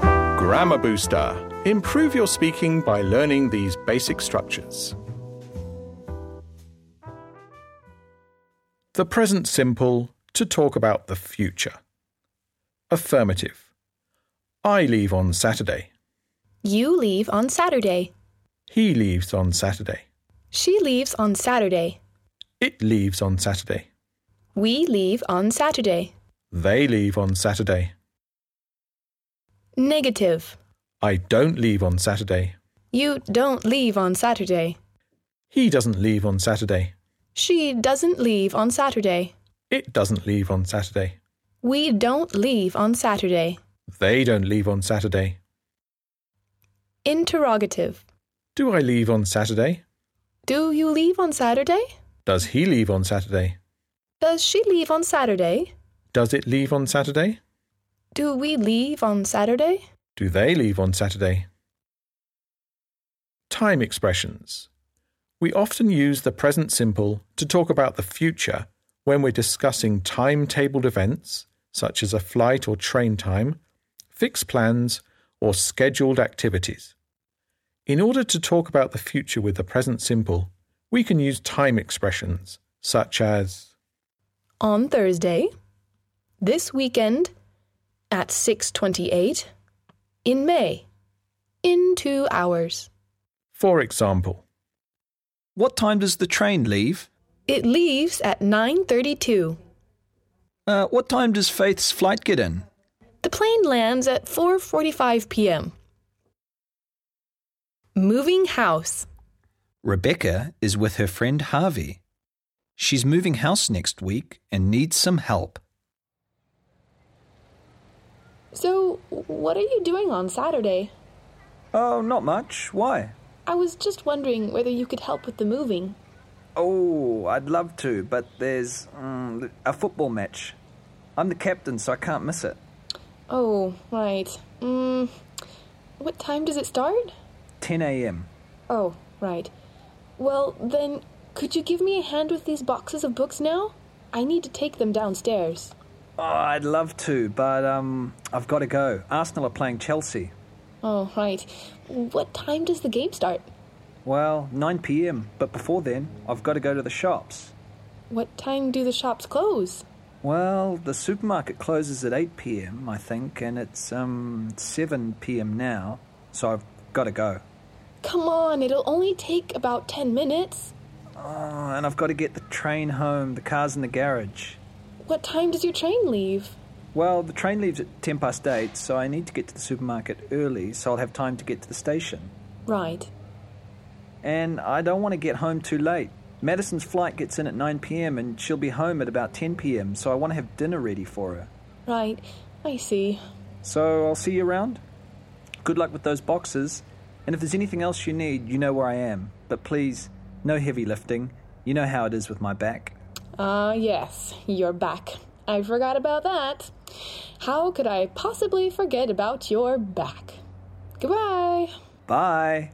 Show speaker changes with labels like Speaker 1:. Speaker 1: Grammar Booster. Improve your speaking by learning these basic structures. The present simple to talk about the future. Affirmative. I leave on Saturday.
Speaker 2: You leave on Saturday.
Speaker 1: He leaves on Saturday.
Speaker 2: She leaves on Saturday.
Speaker 1: It leaves on Saturday.
Speaker 2: We leave on Saturday.
Speaker 1: They leave on Saturday.
Speaker 2: Negative.
Speaker 1: I don't leave on Saturday.
Speaker 2: You don't leave on Saturday.
Speaker 1: He doesn't leave on Saturday.
Speaker 2: She doesn't leave on Saturday.
Speaker 1: It doesn't leave on Saturday.
Speaker 2: We don't leave on Saturday.
Speaker 1: They don't leave on Saturday.
Speaker 2: Interrogative.
Speaker 1: Do I leave on Saturday?
Speaker 2: Do you leave on Saturday?
Speaker 1: Does he leave on Saturday?
Speaker 2: Does she leave on Saturday?
Speaker 1: Does it leave on Saturday?
Speaker 2: Do we leave on Saturday?
Speaker 1: Do they leave on Saturday? Time expressions. We often use the present simple to talk about the future when we're discussing timetabled events, such as a flight or train time, fixed plans, or scheduled activities. In order to talk about the future with the present simple, we can use time expressions such as
Speaker 2: On Thursday, this weekend, at 6:28 in May, in 2 hours.
Speaker 1: for example,
Speaker 3: What time does the train leave?
Speaker 2: It leaves at 9:32.
Speaker 3: Uh, what time does Faith's flight get in?
Speaker 2: The plane lands at 4:45 p.m. Moving house.
Speaker 3: Rebecca is with her friend Harvey. She's moving house next week and needs some help.
Speaker 2: So, what are you doing on Saturday?
Speaker 3: Oh, not much. Why?
Speaker 2: I was just wondering whether you could help with the moving.
Speaker 3: Oh, I'd love to, but there's mm, a football match. I'm the captain, so I can't miss it.
Speaker 2: Oh, right. Mm, what time does it start?
Speaker 3: 10 a.m.
Speaker 2: Oh, right. Well, then, could you give me a hand with these boxes of books now? I need to take them downstairs.
Speaker 3: Oh, I'd love to, but um, I've got to go. Arsenal are playing Chelsea.
Speaker 2: Oh, right. What time does the game start?
Speaker 3: Well, 9 p.m., but before then, I've got to go to the shops.
Speaker 2: What time do the shops close?
Speaker 3: Well, the supermarket closes at 8 p.m., I think, and it's um 7 p.m. now, so I've got to go.
Speaker 2: Come on, it'll only take about 10 minutes.
Speaker 3: Oh, and I've got to get the train home. The car's in the garage.
Speaker 2: What time does your train leave?
Speaker 3: Well, the train leaves at 10 past 8, so I need to get to the supermarket early so I'll have time to get to the station.
Speaker 2: Right.
Speaker 3: And I don't want to get home too late. Madison's flight gets in at 9 p.m. and she'll be home at about 10 p.m., so I want to have dinner ready for her.
Speaker 2: Right. I see.
Speaker 3: So I'll see you around. Good luck with those boxes. And if there's anything else you need, you know where I am. But please, no heavy lifting. You know how it is with my back.
Speaker 2: Ah, yes, you're back. I forgot about that. How could I possibly forget about your back? Goodbye.
Speaker 3: Bye.